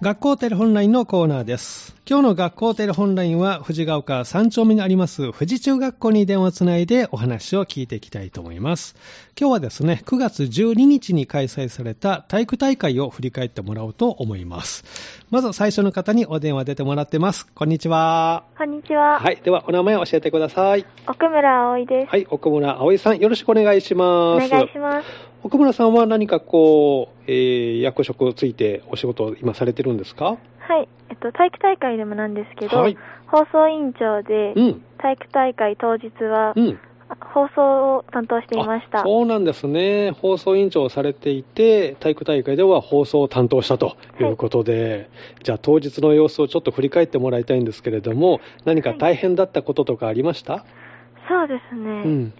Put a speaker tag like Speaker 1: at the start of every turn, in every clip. Speaker 1: 学校テレホンラインのコーナーです。今日の学校テレホンラインは、富士ヶ丘三丁目にあります、富士中学校に電話つないでお話を聞いていきたいと思います。今日はですね、9月12日に開催された体育大会を振り返ってもらおうと思います。まず最初の方にお電話出てもらってます。こんにちは。
Speaker 2: こんにちは。
Speaker 1: はい、ではお名前を教えてください。
Speaker 2: 奥村葵です。
Speaker 1: はい、奥村葵さん、よろしくお願いし
Speaker 2: お
Speaker 1: ま
Speaker 2: 願
Speaker 1: す。
Speaker 2: いします。
Speaker 1: 奥村さんは何かこう、えー役職をついてお仕事を今されてるんですか
Speaker 2: はい。えっと、体育大会でもなんですけど、
Speaker 1: はい
Speaker 2: 放送委員長で
Speaker 1: う、ん。
Speaker 2: 体育大会当日は
Speaker 1: う、ん。
Speaker 2: 放送を担当していました。
Speaker 1: あそうなんですね。放送委員長をされていて、体育大会では放送を担当したということで、じゃあ当日の様子をちょっと振り返ってもらいたいんですけれども、何か大変だったこととかありました、
Speaker 2: そうですね、
Speaker 1: うん。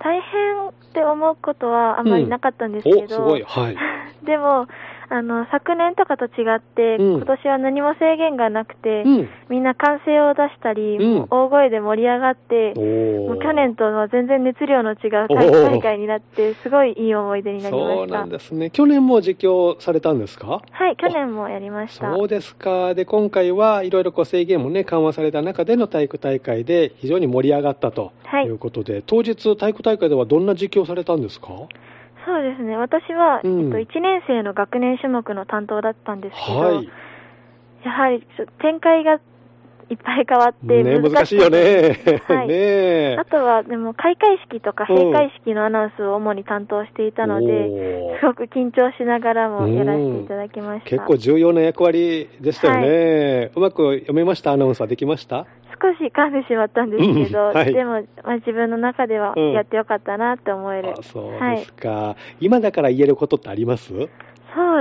Speaker 2: 大変って思うことはあまりなかったんですけど、
Speaker 1: お、すごい。はい。
Speaker 2: でも、あの、昨年とかと違って、
Speaker 1: うん
Speaker 2: 今年は何も制限がなくて、
Speaker 1: うん。
Speaker 2: みんな歓声を出したり、
Speaker 1: うん
Speaker 2: 大声で盛り上がって、
Speaker 1: お
Speaker 2: も
Speaker 1: ー
Speaker 2: う去年とは全然熱量の違う体育大会になって、すごいいい思い出になりました。
Speaker 1: そうなんですね。去年も実況されたんですか
Speaker 2: はい、去年もやりました。
Speaker 1: そうですか。で、今回はいろいろこう制限もね、緩和された中での体育大会で非常に盛り上がったと
Speaker 2: はいいう
Speaker 1: ことで、当日体育大会ではどんな実況をされたんですか
Speaker 2: そうですね、私は、
Speaker 1: うん
Speaker 2: えっと、1年生の学年種目の担当だったんですけど、
Speaker 1: はい。
Speaker 2: やはりちょ展開がいっぱい変わって
Speaker 1: ね、難
Speaker 2: 難
Speaker 1: し
Speaker 2: し
Speaker 1: い
Speaker 2: い
Speaker 1: よね。
Speaker 2: は い
Speaker 1: ねえ
Speaker 2: あとは、でも開会式とか
Speaker 1: うん
Speaker 2: 閉会式のアナウンスを主に担当していたので、
Speaker 1: おー
Speaker 2: すごく緊張しながらもやらせていただきました。
Speaker 1: 結構重要な役割でしたよね。うまく読めましたアナウンサーできました
Speaker 2: 少し噛んでしまったんですけど、
Speaker 1: うんはい
Speaker 2: でも、まあ、自分の中では
Speaker 1: うん
Speaker 2: やってよかったなって思える。
Speaker 1: あそうで
Speaker 2: はい
Speaker 1: す、か、今だから言えることってあります
Speaker 2: そう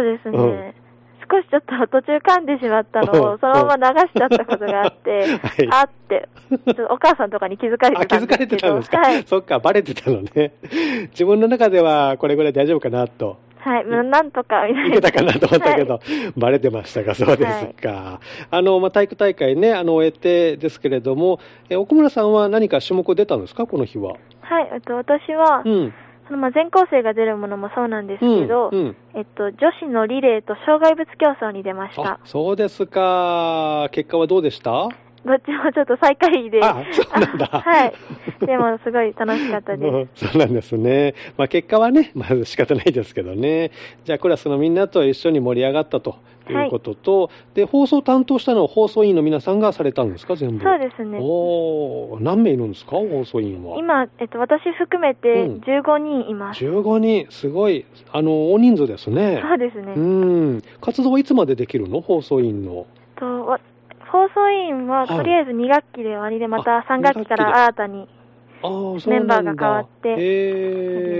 Speaker 2: ですね、
Speaker 1: うん
Speaker 2: 少しちょっと途中噛んでしまったの
Speaker 1: うん
Speaker 2: を、そのまま流しちゃったことがあって、
Speaker 1: はい
Speaker 2: あって、ちょっとお母さんとかに気づかれ
Speaker 1: あ
Speaker 2: て
Speaker 1: 気
Speaker 2: たん
Speaker 1: づか
Speaker 2: で
Speaker 1: れ
Speaker 2: す
Speaker 1: て
Speaker 2: け
Speaker 1: たん
Speaker 2: ど、
Speaker 1: ですか、
Speaker 2: はい、
Speaker 1: そっか、バレてたのね、自分の中ではこれぐらい大丈夫かなと、
Speaker 2: はい、まあなんとかみたい
Speaker 1: い
Speaker 2: な。
Speaker 1: けたかなと思ったけ ど、バレてましたか、そうですか、あのまあ、体育大会ね、あの終えてですけれども、え奥村さんは何か種目出たんですか、この日は。
Speaker 2: はい、えっと、私は、
Speaker 1: うん、
Speaker 2: そのまあ全校生が出るものもそうなんですけど、
Speaker 1: うんうん
Speaker 2: えっと、女子のリレーと障害物競争に出まし
Speaker 1: あ
Speaker 2: た。
Speaker 1: そうですか、結果はどうでした
Speaker 2: どっちもちょっと最下位で。
Speaker 1: あそうなんだ
Speaker 2: あ はい。でも、すごい楽しかったです。
Speaker 1: うんそうなんですね。まあ、結果はね、まあ、仕方ないですけどね。じゃあ、クラスのみんなと一緒に盛り上がったということと、で、放送担当したのは放送委員の皆さんがされたんですか、全部。
Speaker 2: そうですね。
Speaker 1: おー何名いるんですか、放送委員は。
Speaker 2: 今、えっと、私含めて
Speaker 1: うん
Speaker 2: 15人います。
Speaker 1: 15人、すごい、あの、大人数ですね。
Speaker 2: そうですね。
Speaker 1: うん。活動はいつまでできるの放送委員の。
Speaker 2: えっとわ放送委員
Speaker 1: は
Speaker 2: はいとりあえず2学期で終わりで、ま
Speaker 1: あ
Speaker 2: た3学期
Speaker 1: 二学期
Speaker 2: か
Speaker 1: で
Speaker 2: ら新たに、
Speaker 1: ああ、そうなんだ。
Speaker 2: メンバーが変わって
Speaker 1: へ
Speaker 2: やり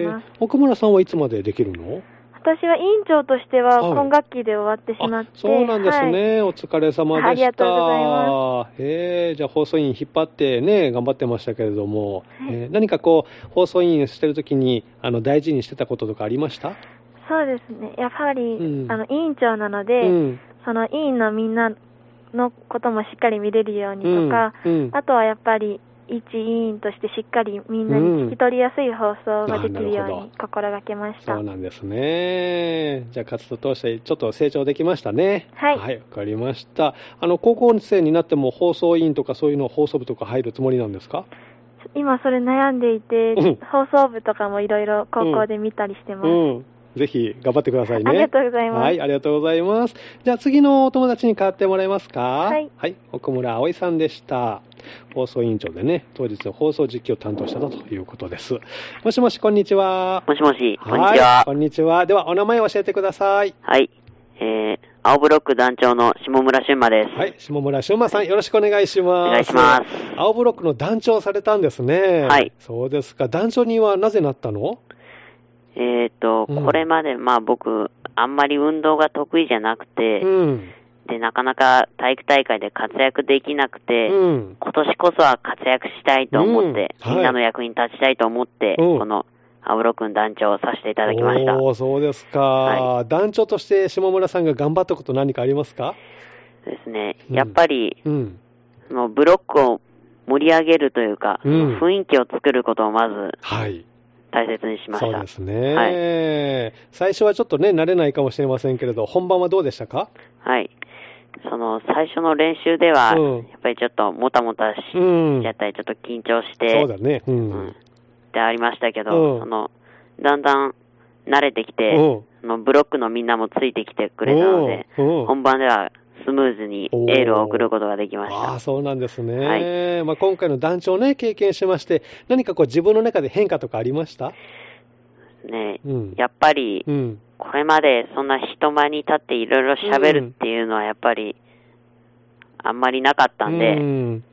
Speaker 1: ー
Speaker 2: ます
Speaker 1: 奥村さんはいつまでできるの
Speaker 2: 私は委員長としては
Speaker 1: はい
Speaker 2: 今学期で終わってしまっ
Speaker 1: あ
Speaker 2: て、
Speaker 1: そうなんです
Speaker 2: はい
Speaker 1: ね、お疲れ様でした。
Speaker 2: ありがとうございま
Speaker 1: えーじゃあ放送委員引っ張ってね、頑張ってましたけれども、
Speaker 2: はい
Speaker 1: えー何かこう、放送委員してるときにあの大事にしてたこととかありました
Speaker 2: そうですね、やはり、
Speaker 1: うん
Speaker 2: あの委員長なので、
Speaker 1: うん
Speaker 2: その委員のみんなのこともしっかり見れるようにとか、
Speaker 1: うんうん
Speaker 2: あとはやっぱり、一委員としてしっかりみんなに聞き取りやすい放送ができるよ
Speaker 1: うんあなる
Speaker 2: う
Speaker 1: ほ
Speaker 2: に心がけました。
Speaker 1: そうなんですね。じゃあ活動通してちょっと成長できましたね。
Speaker 2: はい
Speaker 1: わ、かりました。あの、高校生になっても放送委員とかそういうの放送部とか入るつもりなんですか
Speaker 2: 今それ悩んでいて、
Speaker 1: うん
Speaker 2: 放送部とかもいろいろ高校で見たりしてます。
Speaker 1: うん。ぜひ頑張ってくださいね。
Speaker 2: ありがとうございます
Speaker 1: はい、ありがとうございます。じゃあ次のお友達に代わってもらえますか
Speaker 2: はい
Speaker 1: 奥村葵さんでした。放送委員長でね、当日の放送実況を担当したということです。もしもし、こんにちは。。
Speaker 3: もしもし、こんにちはい
Speaker 1: こんにちは。では、お名前を教えてください。
Speaker 3: はい。えー、青ブロック団長の下村俊馬です。
Speaker 1: はい、下村俊馬さん、よろしくお願いします。
Speaker 3: お願いします。
Speaker 1: 青ブロックの団長をされたんですね。
Speaker 3: はい
Speaker 1: そうですか。団長にはなぜなったの
Speaker 3: えーっと、
Speaker 1: うん
Speaker 3: これまで、まあ僕、あんまり運動が得意じゃなくて、
Speaker 1: うん。
Speaker 3: で、なかなか体育大会で活躍できなくて、
Speaker 1: うん。
Speaker 3: 今年こそは活躍したいと思って、
Speaker 1: うんはい
Speaker 3: みんなの役に立ちたいと思って、
Speaker 1: うん
Speaker 3: この青ブロックの団長をさせていただきました。
Speaker 1: おーそうですか、
Speaker 3: は
Speaker 1: 団長として下村さんが頑張ったこと何かありますか
Speaker 3: ですね。
Speaker 1: うん
Speaker 3: やっぱり、
Speaker 1: うん。
Speaker 3: そのブロックを盛り上げるというか、
Speaker 1: うん
Speaker 3: 雰囲気を作ることをまず
Speaker 1: はい。
Speaker 3: 大切にしました。
Speaker 1: そうですね、
Speaker 3: は
Speaker 1: 最初はちょっとね、慣れないかもしれませんけれど、本番はどうでしたか
Speaker 3: はい。その最初の練習では、
Speaker 1: うん
Speaker 3: やっぱりちょっともたもたし
Speaker 1: うん
Speaker 3: ちゃったり、ちょっと緊張して、
Speaker 1: そうだね。う。
Speaker 3: うんん、
Speaker 1: う
Speaker 3: ってありましたけど、
Speaker 1: うん
Speaker 3: そのだんだん慣れてきて、
Speaker 1: ん。
Speaker 3: そのブロックのみんなもついてきてくれたので、
Speaker 1: うん、
Speaker 3: 本番ではスムーズにエールを送ることができまし
Speaker 1: ああー、
Speaker 3: た。
Speaker 1: そうなんですね。まあ、今回の団長ね、経験しまして、何かこう自分の中で変化とかありました
Speaker 3: ね、
Speaker 1: うん。
Speaker 3: やっぱり
Speaker 1: うん。
Speaker 3: これまでそんな人前に立っていろいろ喋るっていうのはやっぱりあんまりなかったんで、
Speaker 1: うん。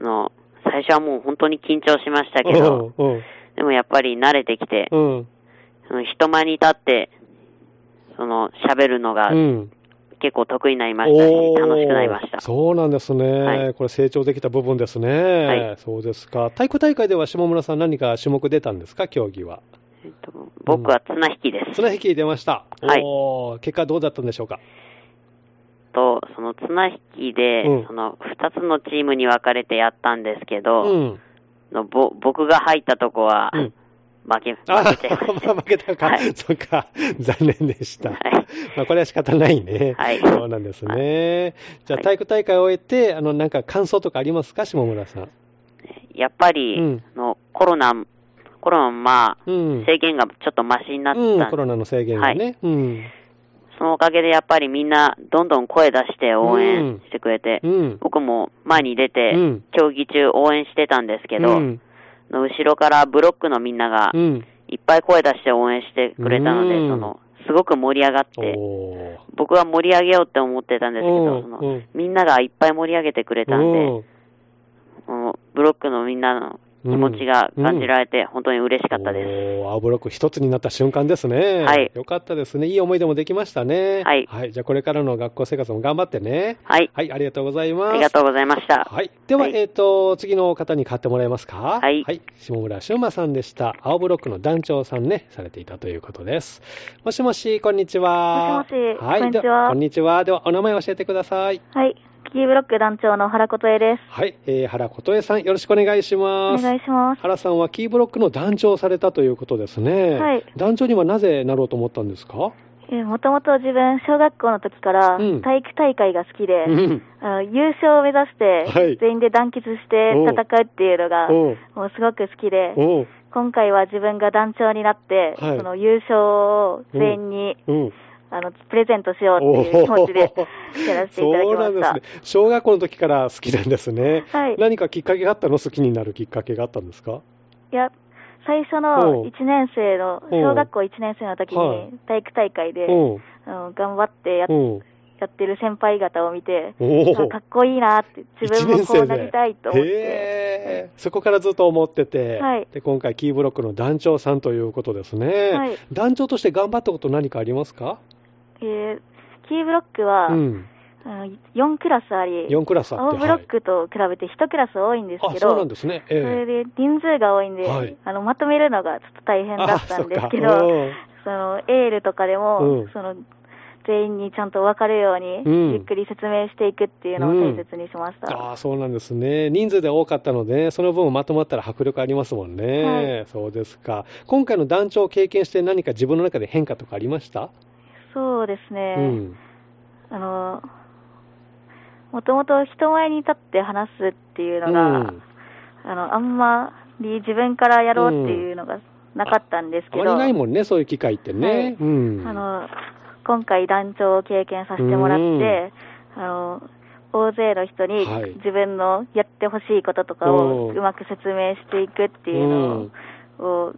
Speaker 3: あの最初はもう本当に緊張しましたけど、
Speaker 1: うん。うん
Speaker 3: でもやっぱり慣れてきて、
Speaker 1: うん。
Speaker 3: その人前に立って、その喋るのが
Speaker 1: うん。
Speaker 3: 結構得意になりましたし、
Speaker 1: おー
Speaker 3: 楽しくなりました。
Speaker 1: そうなんですね、
Speaker 3: はい
Speaker 1: これ、成長できた部分ですね、
Speaker 3: はい
Speaker 1: そうですか、体育大会では下村さん、何か種目出たんですか、競技は。
Speaker 3: えっと僕は綱引きです。
Speaker 1: 綱引き出ました、
Speaker 3: はい
Speaker 1: おー結果、どうだったんでしょうか。
Speaker 3: と、その綱引きで、
Speaker 1: うん
Speaker 3: その2つのチームに分かれてやったんですけど、
Speaker 1: うん、
Speaker 3: のぼ僕が入ったとこは、
Speaker 1: うん
Speaker 3: 負け、
Speaker 1: あ
Speaker 3: 負けちゃいました。
Speaker 1: 負けたか、
Speaker 3: はい
Speaker 1: そっか、残念でした。
Speaker 3: はい
Speaker 1: まあ、これは仕方ないね、
Speaker 3: はい
Speaker 1: そうなんですね。じゃあ、
Speaker 3: はい
Speaker 1: 体育大会を終えて、あのなんか感想とかありますか、下村さん。
Speaker 3: やっぱり、
Speaker 1: うん
Speaker 3: あのコロナ、コロナ、まあ、
Speaker 1: うん、
Speaker 3: 制限がちょっとマシになったんで、
Speaker 1: うん、コロナの制限がね、
Speaker 3: は
Speaker 1: うん、
Speaker 3: そのおかげでやっぱりみんな、どんどん声出して応援してくれて、
Speaker 1: うん、
Speaker 3: 僕も前に出て、
Speaker 1: うん
Speaker 3: 競技中応援してたんですけど、
Speaker 1: うん
Speaker 3: の後ろからブロックのみんなが
Speaker 1: う、ん、
Speaker 3: いっぱい声出して応援してくれたので、
Speaker 1: うん
Speaker 3: そのすごく盛り上がって、
Speaker 1: おー
Speaker 3: 僕は盛り上げようって思ってたんですけ
Speaker 1: う
Speaker 3: ど、
Speaker 1: ん
Speaker 3: そ
Speaker 1: うん
Speaker 3: のみんながいっぱい盛り上げてくれたんで、
Speaker 1: うん
Speaker 3: このブロックのみんなの気持ちが感じられて、本当に嬉しかったです。
Speaker 1: おー青ブロック一つになった瞬間ですね。
Speaker 3: はい
Speaker 1: よかったですね。いい思い出もできましたね。
Speaker 3: はい
Speaker 1: じゃあこれからの学校生活も頑張ってね。
Speaker 3: はい、
Speaker 1: はい、ありがとうございます。
Speaker 3: ありがとうございました。
Speaker 1: はい。では、
Speaker 3: はい
Speaker 1: えっ、と、次の方に買ってもらえますか
Speaker 3: はい
Speaker 1: 下村修馬さんでした。青ブロックの団長さんね、されていたということです。もしもし、こんにちは。
Speaker 2: もしもし
Speaker 1: はい。
Speaker 2: こんにちは
Speaker 1: でこんにちは。では、お名前教えてください。
Speaker 2: はい。キーブロック団長の原琴恵です。
Speaker 1: はい。えー、原琴恵さん、よろしくお願いし
Speaker 2: お
Speaker 1: ます。
Speaker 2: 願いします。
Speaker 1: 原さんはキーブロックの団長をされたということですね、
Speaker 2: はい
Speaker 1: 団長にはなぜなろうと思ったんですか、
Speaker 2: えーもともと自分、小学校の時から
Speaker 1: うん
Speaker 2: 体育大会が好きで、
Speaker 1: うん
Speaker 2: あの優勝を目指し
Speaker 1: はい
Speaker 2: て、全員で団結して
Speaker 1: おう
Speaker 2: 戦うっていうのが、
Speaker 1: おう
Speaker 2: もうすごく好きで、
Speaker 1: おう
Speaker 2: 今回は自分が団長になって、
Speaker 1: はい
Speaker 2: その優勝を全員に、
Speaker 1: うん
Speaker 2: あのプレゼントしようっていう気持ちでやらせていただき
Speaker 1: そう
Speaker 2: ま
Speaker 1: なん
Speaker 2: し
Speaker 1: で
Speaker 2: た。
Speaker 1: すね小学校の時から好きなんですね、
Speaker 2: はい
Speaker 1: 何かきっかけがあったの好きになるきっかけがあったんですか
Speaker 2: いや最初
Speaker 1: お
Speaker 2: の
Speaker 1: う
Speaker 2: 1年生の、
Speaker 1: おう
Speaker 2: 小学校1年生の時
Speaker 1: はい
Speaker 2: に体育大会で、
Speaker 1: うん
Speaker 2: あの頑張ってやっ
Speaker 1: うん
Speaker 2: やってる先輩方を見て、
Speaker 1: おー
Speaker 2: あかっこいいなって、自分もこうなりたいと思っ
Speaker 1: 一年生で
Speaker 2: て、
Speaker 1: へーそこからずっと思ってて、
Speaker 2: はい
Speaker 1: で今回キーブロックの団長さんということですね、
Speaker 2: はい
Speaker 1: 団長として頑張ったこと何かありますか、
Speaker 2: えーキーブロックは、
Speaker 1: うん、
Speaker 2: あの4クラスあり、
Speaker 1: 4クラスあっ
Speaker 2: 青
Speaker 1: て
Speaker 2: ブロックと比べて1クラス多いんですけ
Speaker 1: あそうな
Speaker 2: ど、
Speaker 1: んですね、
Speaker 2: そ
Speaker 1: ええ
Speaker 2: れで人数が多いんで、
Speaker 1: はい
Speaker 2: あのまとめるのがちょっと大変だったんですけ
Speaker 1: あ
Speaker 2: ど、
Speaker 1: そっか
Speaker 2: そのエールとかでも、
Speaker 1: うん
Speaker 2: その全員にちゃんと分かるように、
Speaker 1: うん
Speaker 2: じっくり説明していくっていうのを大切にしまし
Speaker 1: うん
Speaker 2: た。
Speaker 1: あーそうなんですね人数で多かったので、その分まとまったら迫力ありますもんね、
Speaker 2: は
Speaker 1: そうですか今回の団長を経験して何か自分の中で変化とかありました、
Speaker 2: そうですね。
Speaker 1: うん
Speaker 2: あの、もともと人前に立って話すっていうのが、
Speaker 1: うん
Speaker 2: あの、あんまり自分からやろうっていうのがなかったんです
Speaker 1: あ
Speaker 2: け
Speaker 1: ま
Speaker 2: ど、
Speaker 1: りないもんねそういう機会ってね、
Speaker 2: はい
Speaker 1: うん
Speaker 2: あの、今回団長を経験させてもらって、あの、大勢の人に
Speaker 1: はい
Speaker 2: 自分のやってほしいこととかを
Speaker 1: おー
Speaker 2: うまく説明していくっていうのを、を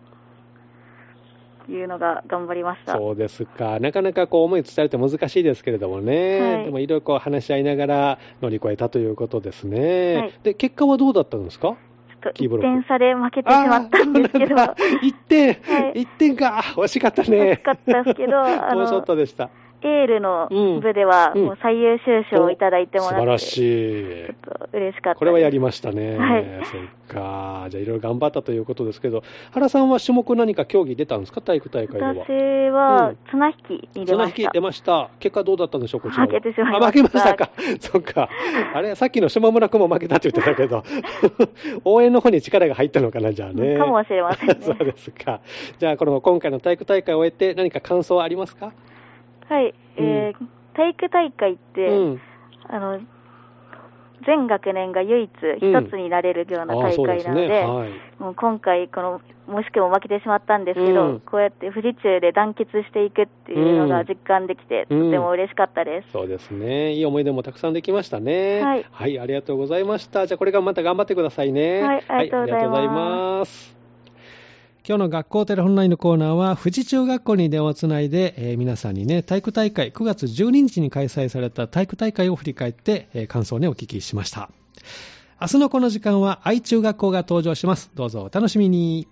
Speaker 2: いうのが頑張りました。
Speaker 1: そうですかなかなかこう思い伝えるって難しいですけれどもね、
Speaker 2: はい
Speaker 1: でもいろいろこう話し合いながら乗り越えたということですね、
Speaker 2: はい
Speaker 1: で結果はどうだったんですか
Speaker 2: ちょっと
Speaker 1: キーブ
Speaker 2: 1
Speaker 1: ロック
Speaker 2: 点差で負けてしまったんですけ
Speaker 1: あーそう
Speaker 2: ど、
Speaker 1: なんだ一点、
Speaker 2: はい
Speaker 1: 一点か、惜しかったね。
Speaker 2: 惜しかったですけどあの
Speaker 1: もうちょっとでした。
Speaker 2: エールの
Speaker 1: うん
Speaker 2: 部では、
Speaker 1: うん
Speaker 2: もう最優秀賞をいただいても
Speaker 1: 素
Speaker 2: ら
Speaker 1: 晴
Speaker 2: っ
Speaker 1: ら
Speaker 2: て、
Speaker 1: し
Speaker 2: ち
Speaker 1: い
Speaker 2: ょ。っと嬉しかったです。
Speaker 1: これはやりましたね。
Speaker 2: はい
Speaker 1: そっか。じゃあいろいろ頑張ったということですけど、原さんは種目何か競技出たんですか体育大会では。
Speaker 2: 私は、
Speaker 1: うん
Speaker 2: 綱引きに出
Speaker 1: 綱
Speaker 2: ま
Speaker 1: 引
Speaker 2: し
Speaker 1: き
Speaker 2: た。
Speaker 1: 出ました。結果どうだったんでしょう、こちらは。
Speaker 2: 負けてしまいました
Speaker 1: あ負けましたか。そっか。あれ、さっきの島村君も負けたって言ってたけど、 応援の方に力が入ったのかな、じゃあね。
Speaker 2: かもしれませんね
Speaker 1: そうですか。じゃあ、この今回の体育大会を終えて、何か感想はありますか
Speaker 2: はい、えー体育大会って、
Speaker 1: うん。
Speaker 2: あの全学年が唯一一つになれるような
Speaker 1: ああ
Speaker 2: 大
Speaker 1: そう
Speaker 2: 会
Speaker 1: です
Speaker 2: なので、
Speaker 1: ね。はい。
Speaker 2: もう今回この、もしくも負けてしまったんですけど、
Speaker 1: うん
Speaker 2: こうやって富士中で団結していくっていうの
Speaker 1: う
Speaker 2: が
Speaker 1: ん
Speaker 2: 実感できて、
Speaker 1: うん
Speaker 2: とても嬉しかったです。
Speaker 1: そうですね。いい思い出もたくさんできましたね。
Speaker 2: はい
Speaker 1: ありがとうございました。じゃあこれからまた頑張ってくださいね。
Speaker 2: はいありがとう
Speaker 1: はあり
Speaker 2: ございます
Speaker 1: がとうございます。今日の学校テレホンラインのコーナーは、富士中学校に電話をつないで、えー皆さんにね、体育大会、9月12日に開催された体育大会を振り返って、えー感想をね、お聞きしました。明日のこの時間は、愛中学校が登場します。どうぞお楽しみに。